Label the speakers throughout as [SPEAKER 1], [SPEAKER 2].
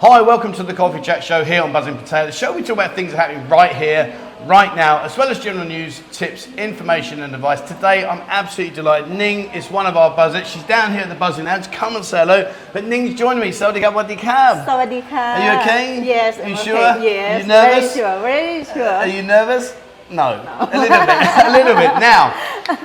[SPEAKER 1] Hi, welcome to the Coffee Chat Show here on Buzzing Potato. The show we talk about things that are happening right here, right now, as well as general news, tips, information, and advice. Today, I'm absolutely delighted. Ning is one of our buzzers. She's down here at the Buzzing Lounge. Come and say hello. But Ning's joining me. So, what do you have?
[SPEAKER 2] Sawadika.
[SPEAKER 1] Are you okay?
[SPEAKER 2] Yes.
[SPEAKER 1] You
[SPEAKER 2] I'm
[SPEAKER 1] sure?
[SPEAKER 2] Okay. Yes.
[SPEAKER 1] You nervous?
[SPEAKER 2] Very sure. Very sure.
[SPEAKER 1] Are you nervous? No, a little bit, a little bit. Now,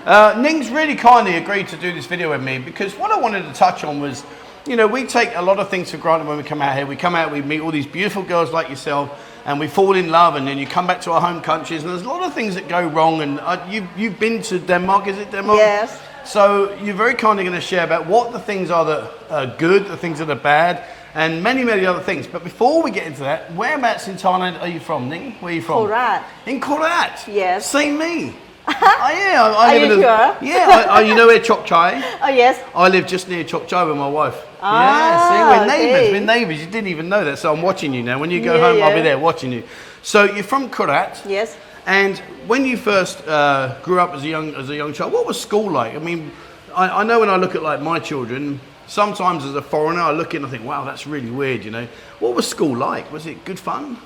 [SPEAKER 1] uh, Ning's really kindly agreed to do this video with me because what I wanted to touch on was, you know, we take a lot of things for granted when we come out here. We come out, we meet all these beautiful girls like yourself, and we fall in love, and then you come back to our home countries, and there's a lot of things that go wrong. And uh, you you've been to Denmark, is it Denmark?
[SPEAKER 2] Yes.
[SPEAKER 1] So you're very kindly going to share about what the things are that are good, the things that are bad, and many, many other things. But before we get into that, whereabouts in Thailand are you from, Ning? Where are you from?
[SPEAKER 2] Korat.
[SPEAKER 1] In Korat?
[SPEAKER 2] Yes. Uh-huh.
[SPEAKER 1] Same me. oh, yeah. I, I live
[SPEAKER 2] Are you
[SPEAKER 1] in a-
[SPEAKER 2] sure?
[SPEAKER 1] Yeah. I, I, you know where Chok Chai?
[SPEAKER 2] Oh yes.
[SPEAKER 1] I live just near Chok Chai with my wife.
[SPEAKER 2] Ah,
[SPEAKER 1] yeah, see, we're neighbours.
[SPEAKER 2] okay.
[SPEAKER 1] We're neighbours. You didn't even know that, so I'm watching you now. When you go
[SPEAKER 2] Yeah,
[SPEAKER 1] home, I'll be
[SPEAKER 2] yeah.
[SPEAKER 1] there watching you. So you're from Korat.
[SPEAKER 2] Yes.
[SPEAKER 1] And when you first uh, grew up as a young as a young child, what was school like? I mean, I, I know when I look at like my children, sometimes as a foreigner, I look in and I think, wow, that's really weird. You know, what was school like? Was it good fun?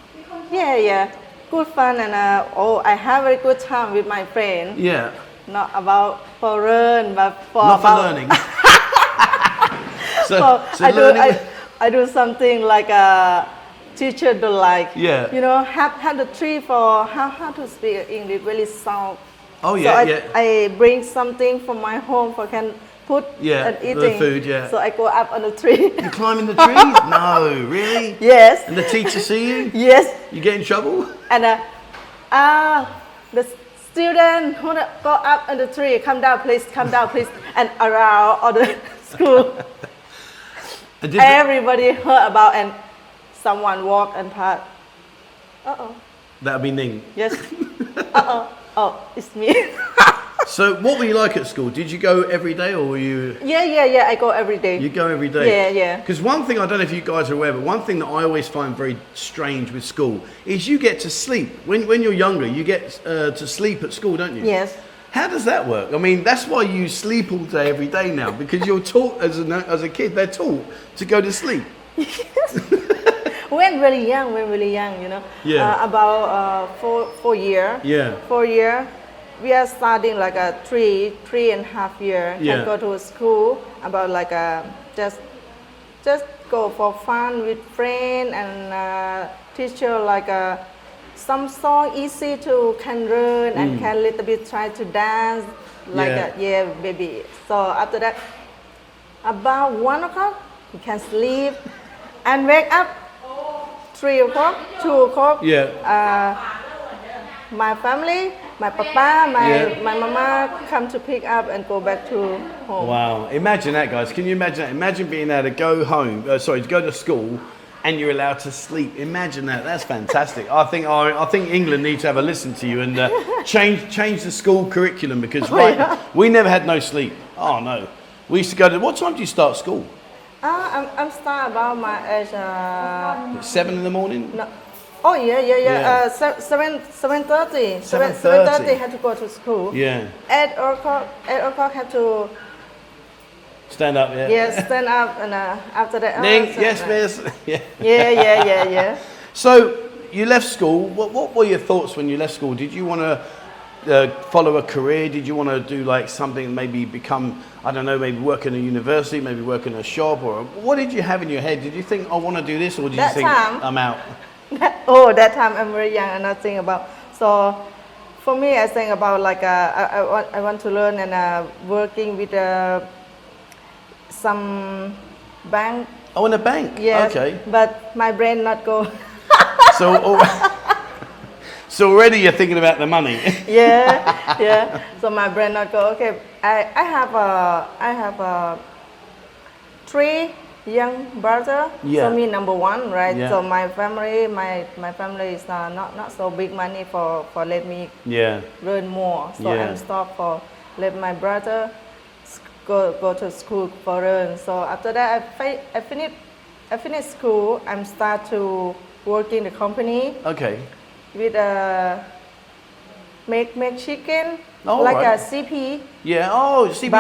[SPEAKER 2] Yeah. Yeah. Good fun and uh, oh, I have a good time with my friend.
[SPEAKER 1] Yeah,
[SPEAKER 2] Not about foreign, but for
[SPEAKER 1] not for
[SPEAKER 2] about,
[SPEAKER 1] learning. so,
[SPEAKER 2] for-
[SPEAKER 1] so
[SPEAKER 2] I do.
[SPEAKER 1] learning.
[SPEAKER 2] I, I do something like a teacher do like.
[SPEAKER 1] Yeah.
[SPEAKER 2] You know, have have the tree for how how to speak English really sound.
[SPEAKER 1] oh
[SPEAKER 2] so
[SPEAKER 1] yeah,
[SPEAKER 2] I,
[SPEAKER 1] yeah.
[SPEAKER 2] I bring something from my home for can put
[SPEAKER 1] Yeah,
[SPEAKER 2] and
[SPEAKER 1] the
[SPEAKER 2] eating.
[SPEAKER 1] food, yeah.
[SPEAKER 2] So I go up on the tree.
[SPEAKER 1] you climbing the trees? no, really.
[SPEAKER 2] yes.
[SPEAKER 1] And the teacher see you?
[SPEAKER 2] Yes.
[SPEAKER 1] You get in trouble?
[SPEAKER 2] And uh, ah, the student who the- go up on the tree, come down, please, come down, please, and around all the school.
[SPEAKER 1] And did the-
[SPEAKER 2] Everybody heard about and someone walked and passed. Uh oh.
[SPEAKER 1] that'd be Ning.
[SPEAKER 2] Yes. uh oh. Oh, it's me.
[SPEAKER 1] So, what were you like at school? Did you go every day, or were you
[SPEAKER 2] yeah, yeah, yeah. I go every day.
[SPEAKER 1] You go every day.
[SPEAKER 2] Yeah, yeah.
[SPEAKER 1] Because one thing I don't know if you guys are aware, but one thing that I always find very strange with school is you get to sleep when when you're younger. You get uh, to sleep at school, don't you?
[SPEAKER 2] Yes.
[SPEAKER 1] How does that work? I mean, that's why you sleep all day every day now because you're taught as a as a kid they're taught to go to sleep.
[SPEAKER 2] when really young, when really young, you know,
[SPEAKER 1] Yeah.
[SPEAKER 2] uh, about uh, four four year,
[SPEAKER 1] Yeah.
[SPEAKER 2] four year, we are studying like a three three and a half year.
[SPEAKER 1] Yeah.
[SPEAKER 2] Can go to school about like a just just go for fun with friend and uh, teacher like a some song easy to can learn and can little bit try to dance like
[SPEAKER 1] Mm. Yeah.
[SPEAKER 2] a, yeah baby. So after that, about one o'clock you can sleep and wake up three o'clock two o'clock
[SPEAKER 1] Yeah.
[SPEAKER 2] uh, my family my papa my
[SPEAKER 1] Yeah.
[SPEAKER 2] my mama come to pick up and go back to home
[SPEAKER 1] Wow! Imagine that, guys. Can you imagine that? Imagine being able to go home. Uh, sorry, to go to school, and you're allowed to sleep. Imagine that. That's fantastic. I think I, I think England need to have a listen to you and uh, change change the school curriculum because right,
[SPEAKER 2] Oh, yeah.
[SPEAKER 1] we never had no sleep. Oh no, we used to go to. What time do you start school?
[SPEAKER 2] uh, I'm, I'm start about my age uh,
[SPEAKER 1] At seven in the morning.
[SPEAKER 2] no, oh yeah yeah yeah,
[SPEAKER 1] Yeah.
[SPEAKER 2] Uh, se- seven seven thirty seven
[SPEAKER 1] 7:30.
[SPEAKER 2] seven thirty have to go to school
[SPEAKER 1] Yeah,
[SPEAKER 2] eight o'clock eight o'clock have to
[SPEAKER 1] stand up. Yeah.
[SPEAKER 2] yeah stand up and uh, after that uh,
[SPEAKER 1] Ning,
[SPEAKER 2] stand
[SPEAKER 1] yes,
[SPEAKER 2] up.
[SPEAKER 1] miss. yeah.
[SPEAKER 2] yeah yeah yeah yeah
[SPEAKER 1] So you left school. What, what were your thoughts when you left school? Did you want to uh, follow a career? Did you want to do like something? Maybe become I don't know. Maybe work in a university. Maybe work in a shop. Or what did you have in your head? Did you think I want to do this, or did
[SPEAKER 2] That
[SPEAKER 1] you think
[SPEAKER 2] time-
[SPEAKER 1] I'm out?
[SPEAKER 2] That- oh, that time I'm very young and I think about. So for me, I think about like uh, I, I, want, I want to learn and uh, working with uh, some bank.
[SPEAKER 1] Oh, in a bank.
[SPEAKER 2] Yes.
[SPEAKER 1] Okay.
[SPEAKER 2] But my brain not go.
[SPEAKER 1] So. al- So already you're thinking about the money.
[SPEAKER 2] yeah, yeah. So my brain not go. Okay, I, I have a I have a three young brother.
[SPEAKER 1] Yeah.
[SPEAKER 2] So me number one, right?
[SPEAKER 1] Yeah.
[SPEAKER 2] So my family, my my family is uh, not not so big money for for let me
[SPEAKER 1] yeah.
[SPEAKER 2] learn more. So
[SPEAKER 1] Yeah.
[SPEAKER 2] I'm stop for let my brother s- go go to school for learn. So after that, I fi- I finish I finish school. I'm start to work in the company
[SPEAKER 1] Okay.
[SPEAKER 2] with uh, make make chicken
[SPEAKER 1] Oh,
[SPEAKER 2] like
[SPEAKER 1] alright.
[SPEAKER 2] a CP.
[SPEAKER 1] Yeah. Oh, see. we-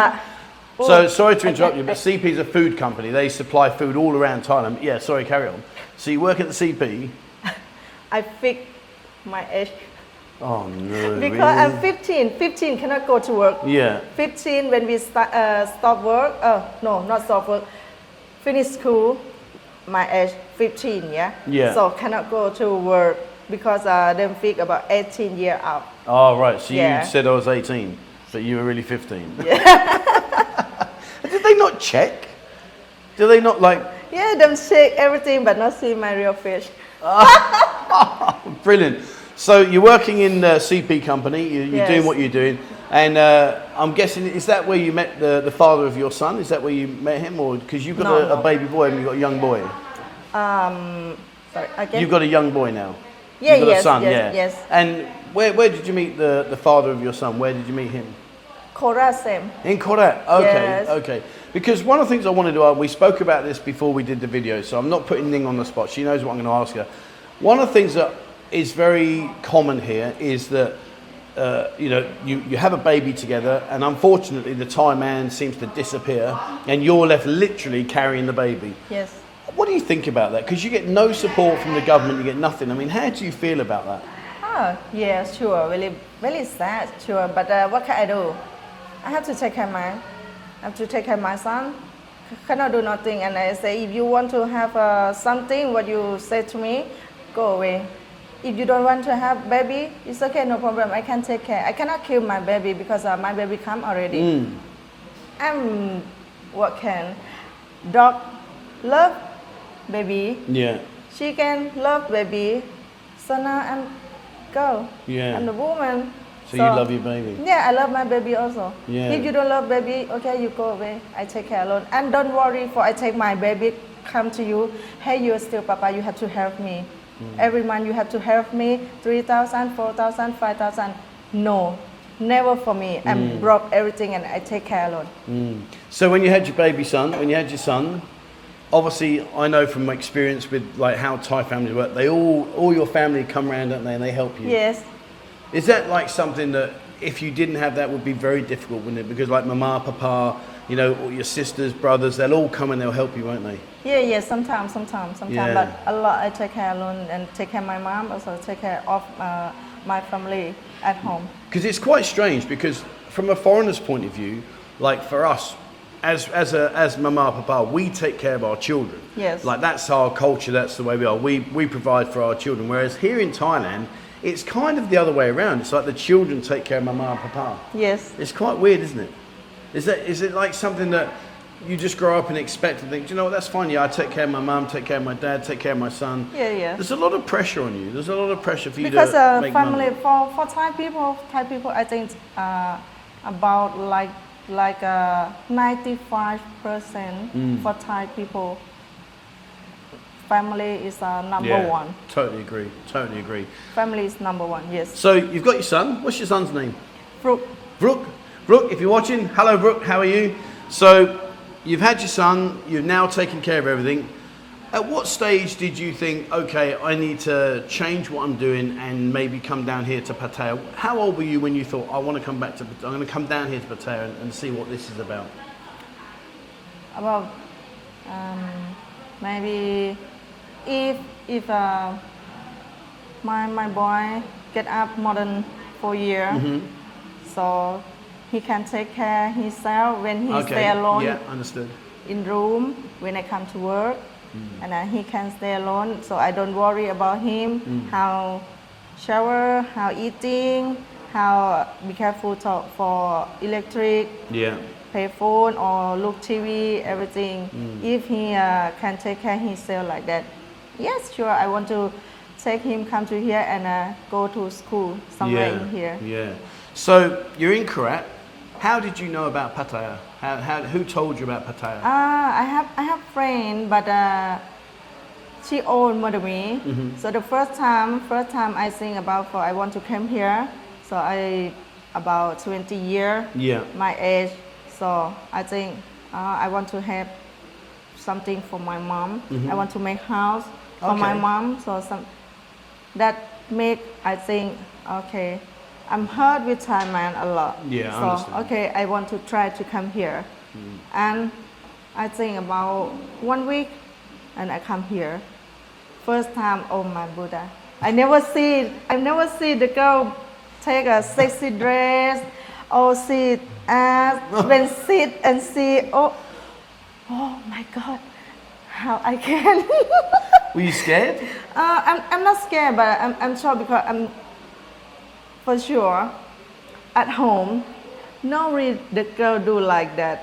[SPEAKER 2] But
[SPEAKER 1] So sorry to interrupt you, but CP is a food company. They supply food all around Thailand. Yeah, sorry, carry on. So you work at the CP.
[SPEAKER 2] I fix my age
[SPEAKER 1] Oh no.
[SPEAKER 2] because
[SPEAKER 1] really?
[SPEAKER 2] I'm 15. 15 cannot go to work.
[SPEAKER 1] Yeah.
[SPEAKER 2] 15 when we start, uh, stop work. Uh, no, not stop work. Finish school. My age 15. Yeah.
[SPEAKER 1] Yeah.
[SPEAKER 2] So cannot go to work because uh, them fix about 18 year out.
[SPEAKER 1] Oh right. So
[SPEAKER 2] Yeah.
[SPEAKER 1] you said I was 18, but you were really 15. Did they not check? Do they not like?
[SPEAKER 2] Yeah, them shake everything but not see my real face.
[SPEAKER 1] Brilliant. So you're working in the CP company. You, you're doing
[SPEAKER 2] Yes.
[SPEAKER 1] what you're doing, and uh, I'm guessing is that where you met the, the father of your son? Is that where you met him, or because you've got
[SPEAKER 2] No,
[SPEAKER 1] a, a
[SPEAKER 2] no.
[SPEAKER 1] baby boy and you've got a young boy?
[SPEAKER 2] Um, sorry. Again.
[SPEAKER 1] You've got a young boy now.
[SPEAKER 2] Yeah,
[SPEAKER 1] You've got a
[SPEAKER 2] yes,
[SPEAKER 1] son,
[SPEAKER 2] yes,
[SPEAKER 1] yeah.
[SPEAKER 2] yes.
[SPEAKER 1] And where, where did you meet the, the father of your son? Where did you meet him?
[SPEAKER 2] Cora same.
[SPEAKER 1] In Korat. Okay,
[SPEAKER 2] Yes.
[SPEAKER 1] okay. Because one of the things I wanted to ask, we spoke about this before we did the video, so I'm not putting Ning on the spot. She knows what I'm going to ask her. One of the things that is very common here is that. Uh, you know, you, you have a baby together, and unfortunately, the Thai man seems to disappear, and you're left literally carrying the baby.
[SPEAKER 2] Yes.
[SPEAKER 1] What do you think about that? Because you get no support from the government, you get nothing. I mean, how do you feel about that?
[SPEAKER 2] Oh, yeah, sure. Really, really sad, sure. But uh, what can I do? I have to take care of my, I have to take care of my son. C- Cannot do nothing. And I say, if you want to have uh, something, what you say to me, go away. If you don't want to have baby, it's okay, no problem. I can take care. I cannot kill my baby because uh, my baby come already. I'm what can dog love baby
[SPEAKER 1] Yeah,
[SPEAKER 2] she can love baby. So now I'm girl.
[SPEAKER 1] Yeah.
[SPEAKER 2] I'm the woman.
[SPEAKER 1] So you love your baby?
[SPEAKER 2] Yeah, I love my baby also.
[SPEAKER 1] Yeah.
[SPEAKER 2] If you don't love baby, okay, you go away. I take care alone. And don't worry for I take my baby come to you. Hey, you're still papa, you have to help me.
[SPEAKER 1] Mm.
[SPEAKER 2] Every month you have to help me 3,000, 4,000, 5,000. No. Never for me. I'm
[SPEAKER 1] Mm.
[SPEAKER 2] broke everything and I take care alone.
[SPEAKER 1] So when you had your baby son, when you had your son, obviously I know from my experience with like how Thai families work, they all all your family come round, don't they, and they help you.
[SPEAKER 2] Yes.
[SPEAKER 1] Is that like something that if you didn't have that would be very difficult, wouldn't it? Because like mama, papa, you know, all your sisters, brothers, they'll all come and they'll help you, won't they?
[SPEAKER 2] Yeah, yeah, sometimes, sometimes, sometimes.
[SPEAKER 1] Yeah.
[SPEAKER 2] But a lot I take care alone and take care of my mom, also take care of uh, my family at home.
[SPEAKER 1] Because it's quite strange because from a foreigner's point of view, like for us, as as a, as mama papa, we take care of our children.
[SPEAKER 2] Yes.
[SPEAKER 1] Like that's our culture, that's the way we are. We we provide for our children. Whereas here in Thailand, it's kind of the other way around. It's like the children take care of mama and papa.
[SPEAKER 2] Yes,
[SPEAKER 1] It's quite weird, isn't it? Is that is it like something that you just grow up and expect and think, Do you know what, that's fine, yeah, I take care of my mum, take care of my dad, take care of my son.
[SPEAKER 2] yeah, yeah.
[SPEAKER 1] There's a lot of pressure on you. There's a lot of pressure for you
[SPEAKER 2] Because
[SPEAKER 1] to
[SPEAKER 2] uh,
[SPEAKER 1] make
[SPEAKER 2] family
[SPEAKER 1] money.
[SPEAKER 2] for, for Thai people, Thai people, I think uh, about like like uh, 95 percent
[SPEAKER 1] Mm.
[SPEAKER 2] for Thai people. Family is uh, number
[SPEAKER 1] yeah,
[SPEAKER 2] one.
[SPEAKER 1] Totally agree. Totally agree.
[SPEAKER 2] Family is number one. Yes.
[SPEAKER 1] So you've got your son. What's your son's name?
[SPEAKER 2] Fruit.
[SPEAKER 1] Brooke. Brooke, if you're watching, hello Brooke, how are you? So you've had your son, you've now taken care of everything. At what stage did you think, okay, I need to change what I'm doing and maybe come down here to Pattaya? How old were you when you thought, I want to come back to, I'm going to come down here to Pattaya and, and see what this is about?
[SPEAKER 2] about um, maybe if if uh, my my boy get up more than four year, so he can take care himself when he stay alone
[SPEAKER 1] yeah, understood.
[SPEAKER 2] in room when I come to work, and uh, he can stay alone, so I don't worry about him how shower, how eating, how be careful to, for electric
[SPEAKER 1] Yeah.
[SPEAKER 2] play phone or look TV, everything. If he uh, can take care himself like that, yes, sure. I want to take him come to here and uh, go to school somewhere
[SPEAKER 1] yeah.
[SPEAKER 2] in here.
[SPEAKER 1] Yeah. So you're in Korat. How did you know about Pattaya? How, how, who told you about Pattaya?
[SPEAKER 2] Ah, I have I have friend, but uh, she old more than me. So the first time, first time I think about for I want to come here. So I about 20 year,
[SPEAKER 1] Yeah.
[SPEAKER 2] my age. So I think uh, I want to have something for my mom. I want to make house for my
[SPEAKER 1] Okay.
[SPEAKER 2] mom. So some that make I think okay. I'm hurt with Thailand a lot.
[SPEAKER 1] Yeah, I
[SPEAKER 2] so
[SPEAKER 1] understand.
[SPEAKER 2] okay, I want to try to come here. And I think about one week, and I come here. First time, oh my Buddha! I never see, I never see the girl take a sexy dress, or see ass, then sit and see. Oh, oh my God! How I can.
[SPEAKER 1] Were you scared?
[SPEAKER 2] Uh, I'm, I'm not scared, but I'm, I'm sure because I'm for sure at home. No, read the girl do like that.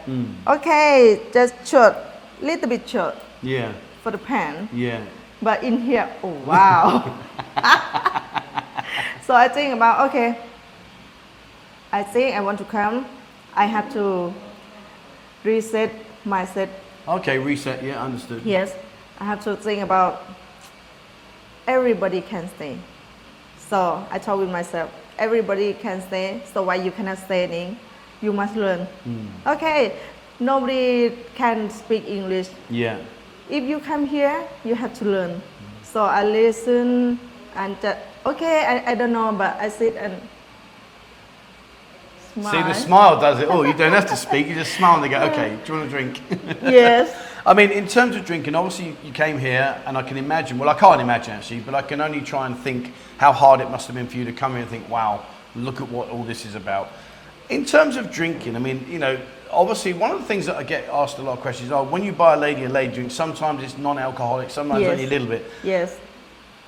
[SPEAKER 2] Okay, just short, little bit short
[SPEAKER 1] Yeah,
[SPEAKER 2] for the pen,
[SPEAKER 1] yeah.
[SPEAKER 2] but in here, oh wow. so I think about okay. I think I want to come. I have to reset mindset
[SPEAKER 1] Okay, reset. Yeah, understood.
[SPEAKER 2] Yes, I have to think about everybody can stay. So I told with myself, everybody can stay, so why you cannot stay in? You must learn. Okay, nobody can speak English.
[SPEAKER 1] Yeah.
[SPEAKER 2] If you come here, you have to learn. So I listen and just, okay, I, I don't know, but I sit and smile.
[SPEAKER 1] See, the smile does it all. You don't have to speak. You just smile and they go, okay, do you want a drink?
[SPEAKER 2] Yes.
[SPEAKER 1] I mean, in terms of drinking, obviously you came here, and I can imagine. Well, I can't imagine actually, but I can only try and think how hard it must have been for you to come here and think, "Wow, look at what all this is about." In terms of drinking, I mean, you know, obviously one of the things that I get asked a lot of questions are when you buy a lady a lady drink. Sometimes it's non-alcoholic, sometimes
[SPEAKER 2] Yes.
[SPEAKER 1] only a little bit.
[SPEAKER 2] Yes.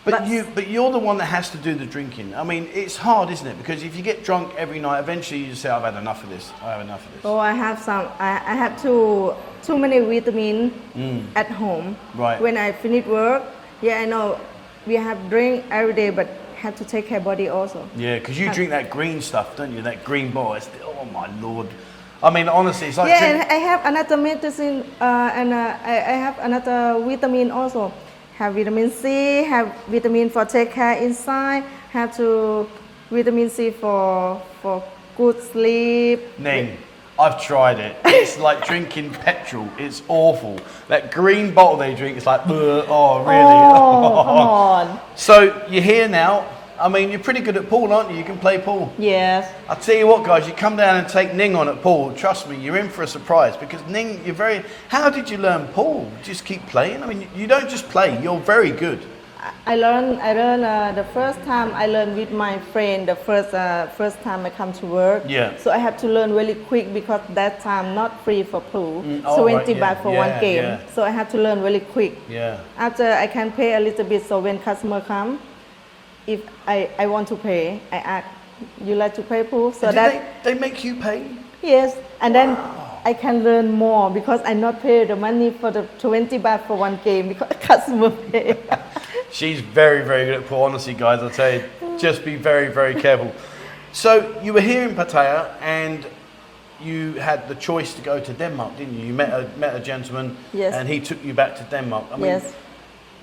[SPEAKER 1] But
[SPEAKER 2] But-
[SPEAKER 1] you, but you're the one that has to do the drinking. I mean, it's hard, isn't it? Because if you get drunk every night, eventually you say, "I've had enough of this. I have enough of this."
[SPEAKER 2] Oh, I have some. I, I have too too many vitamin at home.
[SPEAKER 1] Mm. Right.
[SPEAKER 2] When I finish work, yeah, I know we have drink every day, but have to take care body also.
[SPEAKER 1] Yeah, because
[SPEAKER 2] Uh,
[SPEAKER 1] you drink that green stuff, don't you? That green bar. It's, oh my lord. I mean, honestly, it's like
[SPEAKER 2] yeah,
[SPEAKER 1] drink-
[SPEAKER 2] and I have another medicine, uh, and uh, I, I have another vitamin also. Have vitamin C, have vitamin for take care inside. Have to vitamin C for for good sleep.
[SPEAKER 1] Ning. I've tried it. It's like drinking petrol. It's awful. That green bottle they drink, it's like, "Ugh, oh, really?
[SPEAKER 2] Oh, come on.
[SPEAKER 1] So you're here now. I mean, you're pretty good at pool, aren't you? You can play pool.
[SPEAKER 2] Yes.
[SPEAKER 1] I tell you what, guys, you come down and take Ning on at pool. Trust me, you're in for a surprise because Ning, you're very. How did you learn pool? Just keep playing. I mean, you don't just play. You're very good.
[SPEAKER 2] I learn. I learn uh, the first time I learn with my friend. The first uh, first time I come to work.
[SPEAKER 1] Yeah.
[SPEAKER 2] So I have to learn really quick because that time not free for pool.
[SPEAKER 1] oh, right,
[SPEAKER 2] Twenty
[SPEAKER 1] yeah,
[SPEAKER 2] baht for
[SPEAKER 1] yeah,
[SPEAKER 2] one game.
[SPEAKER 1] yeah.
[SPEAKER 2] So I have to learn really quick.
[SPEAKER 1] Yeah.
[SPEAKER 2] After I can pay a little bit. So when customer come, if I, I want to pay, I ask you like to pay pool. So
[SPEAKER 1] Did
[SPEAKER 2] that
[SPEAKER 1] they, they make you pay?
[SPEAKER 2] yes, and then. I can learn more because I not pay the money for the 20 baht for one game because customer pay.
[SPEAKER 1] She's very, very good at pool. Honestly, guys, I tell you, just be very, very careful. So you were here in Pattaya, and you had the choice to go to Denmark, didn't you? You met a met a gentleman,
[SPEAKER 2] Yes.
[SPEAKER 1] and he took you back to Denmark. I mean,
[SPEAKER 2] yes.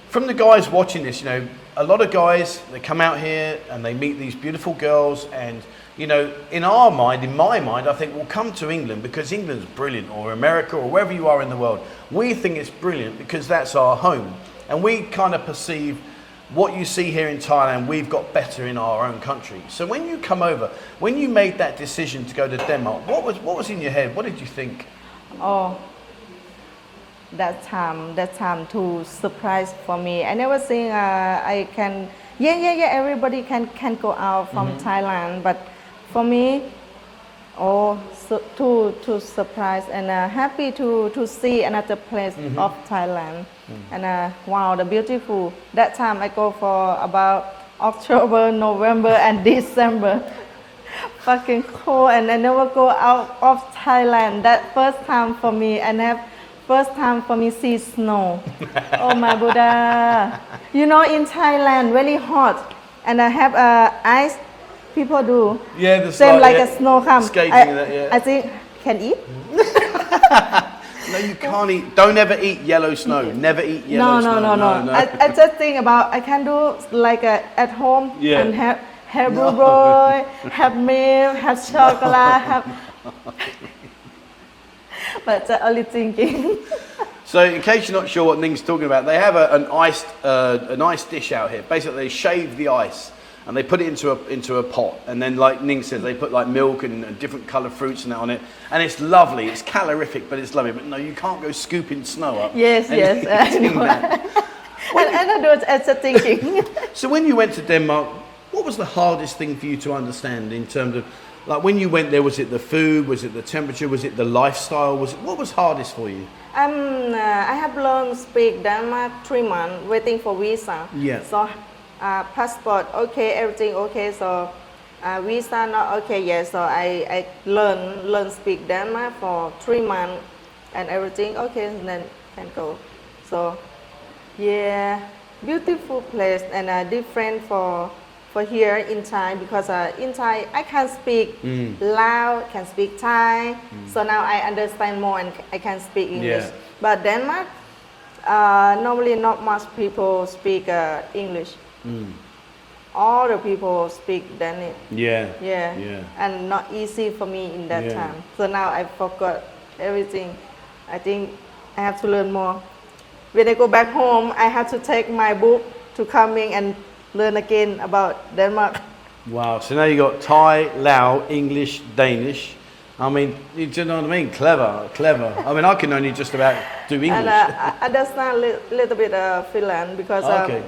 [SPEAKER 1] from the guys watching this, you know, a lot of guys they come out here and they meet these beautiful girls, and you know, in our mind, in my mind, I think we'll come to England because England's brilliant, or America, or wherever you are in the world. We think it's brilliant because that's our home, and we kind of perceive what you see here in Thailand. We've got better in our own country. So when you come over, when you made that decision to go to Denmark, what was what was in your head? What did you think?
[SPEAKER 2] Oh, that time, that time too surprise for me. I never think uh, I can. Yeah, yeah, yeah. Everybody can can go out from Thailand, but for me, oh, so, too too surprised and uh, happy to to see another place of Thailand. And uh, wow, the beautiful. That time I go for about October, November, and December fucking cold and I never go out of Thailand. That first time for me and have first time for me see snow. oh my Buddha. You know in Thailand very hot and I have uh, ice people do.
[SPEAKER 1] Yeah, the
[SPEAKER 2] Same like a snow come.
[SPEAKER 1] Skating
[SPEAKER 2] I,
[SPEAKER 1] and that, yeah.
[SPEAKER 2] I think can eat?
[SPEAKER 1] No, you can't eat. Don't ever eat yellow snow. Never eat yellow
[SPEAKER 2] No,
[SPEAKER 1] snow.
[SPEAKER 2] no, no, no, I, I just think about I can do like a, at home
[SPEAKER 1] Yeah.
[SPEAKER 2] and have have
[SPEAKER 1] No.
[SPEAKER 2] no. boy, have milk, have chocolate, have. but the only thinking.
[SPEAKER 1] So, in case you're not sure what Ning's talking about, they have a, an iced uh, an iced dish out here. Basically, they shave the ice and they put it into a into a pot, and then like Ning says, they put like milk and, and different coloured fruits and that on it, and it's lovely. It's calorific, but it's lovely. But no, you can't go scooping snow up.
[SPEAKER 2] Yes,
[SPEAKER 1] and
[SPEAKER 2] yes, I
[SPEAKER 1] eating
[SPEAKER 2] know.
[SPEAKER 1] that.
[SPEAKER 2] and, and I do as a thinking.
[SPEAKER 1] So when you went to Denmark, what was the hardest thing for you to understand in terms of, like when you went there, was it the food, was it the temperature, was it the lifestyle, was it, what was hardest for you?
[SPEAKER 2] Um, uh, I have learned speak Denmark three months waiting for visa.
[SPEAKER 1] Yeah.
[SPEAKER 2] So uh, passport okay, everything okay. So uh, visa not okay yet. So I, I learn learn speak Denmark for three months and everything okay. And then can go. So yeah, beautiful place and uh, different for for here in Thai because uh, in Thai I can speak Lao, can speak Thai. So now I understand more and I can speak English.
[SPEAKER 1] Yeah.
[SPEAKER 2] But Denmark, uh, normally not much people speak uh, English. All the people speak Danish.
[SPEAKER 1] Yeah.
[SPEAKER 2] Yeah.
[SPEAKER 1] Yeah.
[SPEAKER 2] And not easy for me in that
[SPEAKER 1] Yeah.
[SPEAKER 2] time. So now I forgot everything. I think I have to learn more. When I go back home, I have to take my book to coming and learn again about Denmark.
[SPEAKER 1] Wow. So now you got Thai, Lao, English, Danish. I mean, you do you know what I mean? Clever, clever. I mean, I can only just about do English.
[SPEAKER 2] And uh, I understand a li- little bit uh, Finland because um,
[SPEAKER 1] Okay.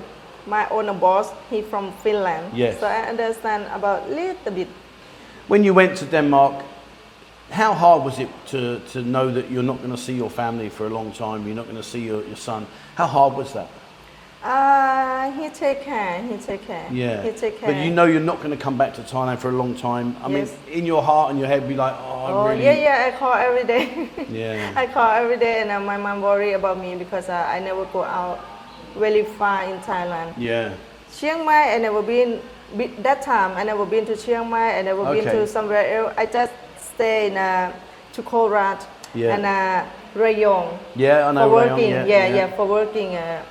[SPEAKER 2] my owner boss, he from Finland.
[SPEAKER 1] Yes.
[SPEAKER 2] So I understand about little bit.
[SPEAKER 1] when you went to Denmark, how hard was it to, to know that you're not going to see your family for a long time, you're not going to see your, your son? How hard was that?
[SPEAKER 2] Uh, he take care, he take care.
[SPEAKER 1] Yeah.
[SPEAKER 2] He take care.
[SPEAKER 1] But you know you're not going to come back to Thailand for a long time. I
[SPEAKER 2] Yes.
[SPEAKER 1] mean, in your heart and your head, be like, oh, I'm
[SPEAKER 2] Oh
[SPEAKER 1] really.
[SPEAKER 2] yeah, yeah. I call every day.
[SPEAKER 1] Yeah.
[SPEAKER 2] I call every day, and uh, my mom worry about me because uh, I never go out really far in Thailand.
[SPEAKER 1] Yeah.
[SPEAKER 2] Chiang Mai, I never been. Be, that time, I never been to Chiang Mai. I never been
[SPEAKER 1] Okay.
[SPEAKER 2] to somewhere else. I just stay in uh, to Korat
[SPEAKER 1] Yeah.
[SPEAKER 2] and uh, Rayong
[SPEAKER 1] Yeah, I know.
[SPEAKER 2] for
[SPEAKER 1] Rayon,
[SPEAKER 2] working. yeah,
[SPEAKER 1] yeah.
[SPEAKER 2] yeah, for working. Uh,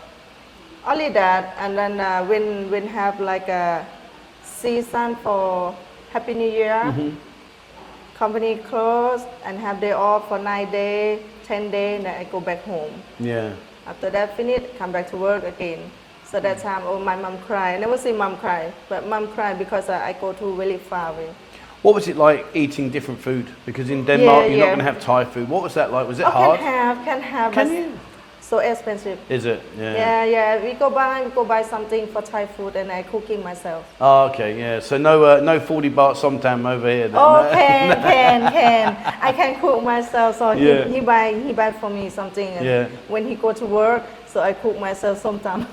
[SPEAKER 2] only that, and then uh, when when have like a season for Happy New Year,
[SPEAKER 1] Mm-hmm.
[SPEAKER 2] company closed and have day off for nine day, ten day, and then I go back home.
[SPEAKER 1] Yeah.
[SPEAKER 2] After that, finish, come back to work again. So that time, oh, my mom cry. I never see mom cry, but mom cry because uh, I go to really far away.
[SPEAKER 1] What was it like eating different food? Because in Denmark, you're not
[SPEAKER 2] yeah.
[SPEAKER 1] going to have Thai food. What was that like? Was it
[SPEAKER 2] Oh,
[SPEAKER 1] hard?
[SPEAKER 2] can have, can have.
[SPEAKER 1] Can
[SPEAKER 2] but
[SPEAKER 1] you?
[SPEAKER 2] So expensive.
[SPEAKER 1] Is it? Yeah.
[SPEAKER 2] Yeah, yeah. We go buy, we go buy something for Thai food, and I cooking myself.
[SPEAKER 1] Oh, okay, yeah. So no, uh, no 40 baht somtam over here. Then.
[SPEAKER 2] Oh,
[SPEAKER 1] no.
[SPEAKER 2] can, can, can. I can cook myself. So
[SPEAKER 1] Yeah.
[SPEAKER 2] he, he buy, he buy for me something. And
[SPEAKER 1] Yeah.
[SPEAKER 2] When he go to work, so I cook myself sometimes.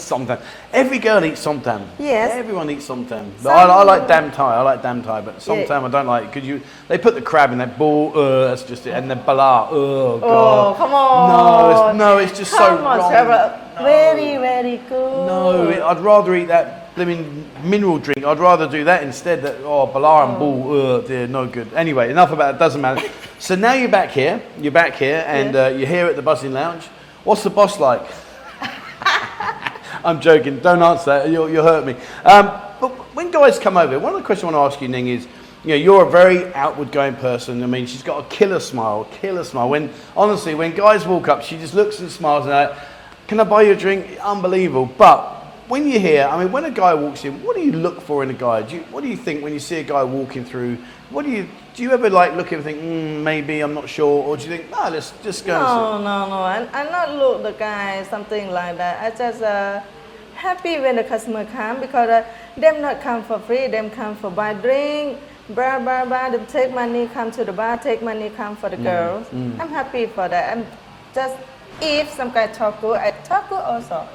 [SPEAKER 1] somtam. Every girl eats somtam.
[SPEAKER 2] Yes.
[SPEAKER 1] Everyone eats somtam. But I, I like dam Thai. I like dam Thai, but somtam
[SPEAKER 2] Yeah.
[SPEAKER 1] I don't like because you they put the crab in that ball. Uh, that's just it. And the bala. Oh god.
[SPEAKER 2] come
[SPEAKER 1] No, it's,
[SPEAKER 2] on.
[SPEAKER 1] no, it's just so
[SPEAKER 2] Come on,
[SPEAKER 1] wrong.
[SPEAKER 2] Trevor. Very, very good.
[SPEAKER 1] No, it- I'd rather eat that blimmin' mineral drink. I'd rather do that instead. That oh, Balar and Bull, ugh, dear, no good. Anyway, enough about it. Doesn't matter. so now you're back here. You're back here, and uh, you're here at the Buzzing Lounge. What's the boss like? I'm joking. Don't answer that. You'll, you'll hurt me. Um, but when guys come over, one of the questions I want to ask you, Ning, is you know, you're a very outward going person. I mean, she's got a killer smile, killer smile. When honestly, when guys walk up, she just looks and smiles and like, can I buy you a drink? Unbelievable. But when you're here, I mean, when a guy walks in, what do you look for in a guy? Do you, what do you think when you see a guy walking through? What do you do? You ever like look and think, mm, maybe I'm not sure, or do you think, no, let's just go. and sit."
[SPEAKER 2] No, no, no. I, I not look the guy something like that. I just uh, happy when the customer come because uh, them not come for free. Them come for buy drink, blah blah blah. Them take money come to the bar, take money come for the girls. I'm happy for that. I'm just if some guy talk good, I talk good also.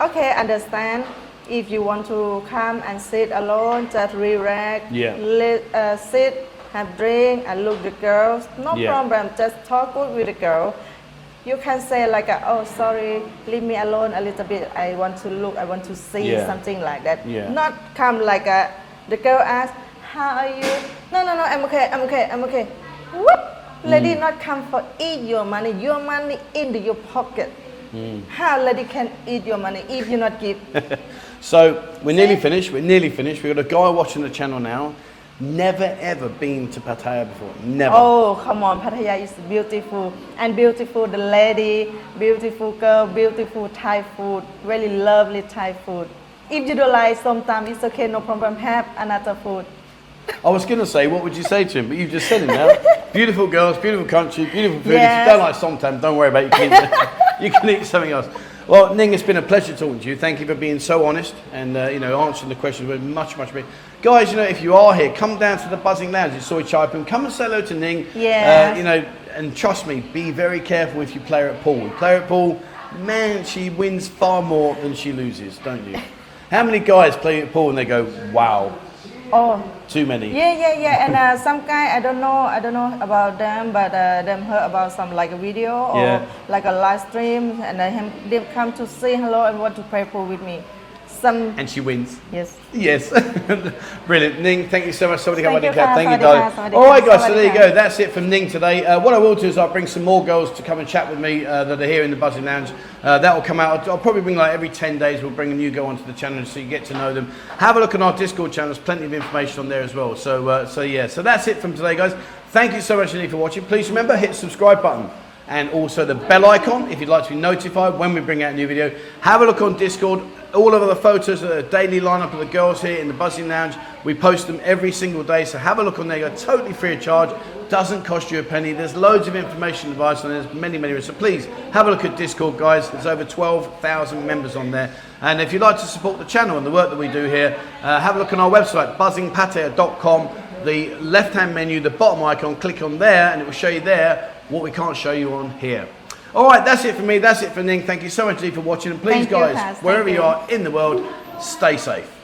[SPEAKER 2] Okay, understand. If you want to come and sit alone, just relax.
[SPEAKER 1] Yeah.
[SPEAKER 2] Let, uh, sit, have drink, and look the girls. No
[SPEAKER 1] Yeah.
[SPEAKER 2] problem. Just talk good with the girl. You can say like, uh, oh, sorry, leave me alone a little bit. I want to look. I want to see
[SPEAKER 1] Yeah.
[SPEAKER 2] something like that.
[SPEAKER 1] Yeah.
[SPEAKER 2] Not come like a, the girl asks, how are you? No, no, no. I'm okay. I'm okay. I'm okay. Whoop. Lady
[SPEAKER 1] Mm.
[SPEAKER 2] not come for eat your money. Your money in your pocket.
[SPEAKER 1] Mm.
[SPEAKER 2] How lady can eat your money if you not give?
[SPEAKER 1] So we're nearly finished. We're nearly finished. We've got a guy watching the channel now. Never ever been to Pattaya before. Never.
[SPEAKER 2] Oh, come on, Pattaya is beautiful and beautiful. The lady, beautiful girl, beautiful Thai food, really lovely Thai food. If you don't like sometimes it's okay, no problem. Have another food.
[SPEAKER 1] I was going to say, what would you say to him? But you've just said it now. beautiful girls, beautiful country, beautiful food. If
[SPEAKER 2] Yes.
[SPEAKER 1] you don't like somtam, don't worry about it. You can, eat, you can eat something else. Well, Ning, it's been a pleasure talking to you. Thank you for being so honest and uh, you know answering the questions with much, much. Better. Guys, you know if you are here, come down to the Buzzing Lounge at Soy Chai Poon. Come and say hello to Ning.
[SPEAKER 2] Yes.
[SPEAKER 1] Uh, you know, and trust me, be very careful if you play her at pool. You play her at pool, man, she wins far more than she loses, don't you? How many guys play at pool and they go, wow,
[SPEAKER 2] Oh,
[SPEAKER 1] too many?
[SPEAKER 2] Yeah, yeah, yeah. And uh, some guy, I don't know, I don't know about them, but uh, them heard about some like a video or
[SPEAKER 1] Yeah.
[SPEAKER 2] like a live stream, and they, him, they come to say hello and want to play pool with me. Some
[SPEAKER 1] And she wins.
[SPEAKER 2] yes.
[SPEAKER 1] Yes, brilliant. Ning, thank you so much. Somebody got my
[SPEAKER 2] Thank you,
[SPEAKER 1] dick out. Thank
[SPEAKER 2] guys.
[SPEAKER 1] you,
[SPEAKER 2] Somebody guys.
[SPEAKER 1] darling.
[SPEAKER 2] Somebody
[SPEAKER 1] All right,
[SPEAKER 2] guys.
[SPEAKER 1] guys, so there you
[SPEAKER 2] Somebody
[SPEAKER 1] go.
[SPEAKER 2] guys.
[SPEAKER 1] That's it from Ning today. Uh, what I will do is I'll bring some more girls to come and chat with me uh, that are here in the Buzzing Lounge. Uh, that will come out. I'll probably bring like every 10 days, we'll bring a new girl onto the channel so you get to know them. Have a look on our Discord channel, there's plenty of information on there as well. So, uh, so yeah, so that's it from today, guys. Thank you so much indeed for watching. Please remember, hit subscribe button and also the bell icon if you'd like to be notified when we bring out a new video. Have a look on Discord. All of the photos, the daily lineup of the girls here in the Buzzing Lounge, we post them every single day. So have a look on there. You're totally free of charge. Doesn't cost you a penny. There's loads of information and advice and there's many, many. So please have a look at Discord, guys. There's over 12,000 members on there. And if you'd like to support the channel and the work that we do here, uh, have a look on our website, buzzingpatea.com the left hand menu, the bottom icon, click on there and it will show you there what we can't show you on here. All right, that's it for me. That's it for Ning. Thank you so much indeed for watching. And please,
[SPEAKER 2] Thank you,
[SPEAKER 1] guys,
[SPEAKER 2] Paz. Thank
[SPEAKER 1] wherever you
[SPEAKER 2] you.
[SPEAKER 1] are in the world, stay safe.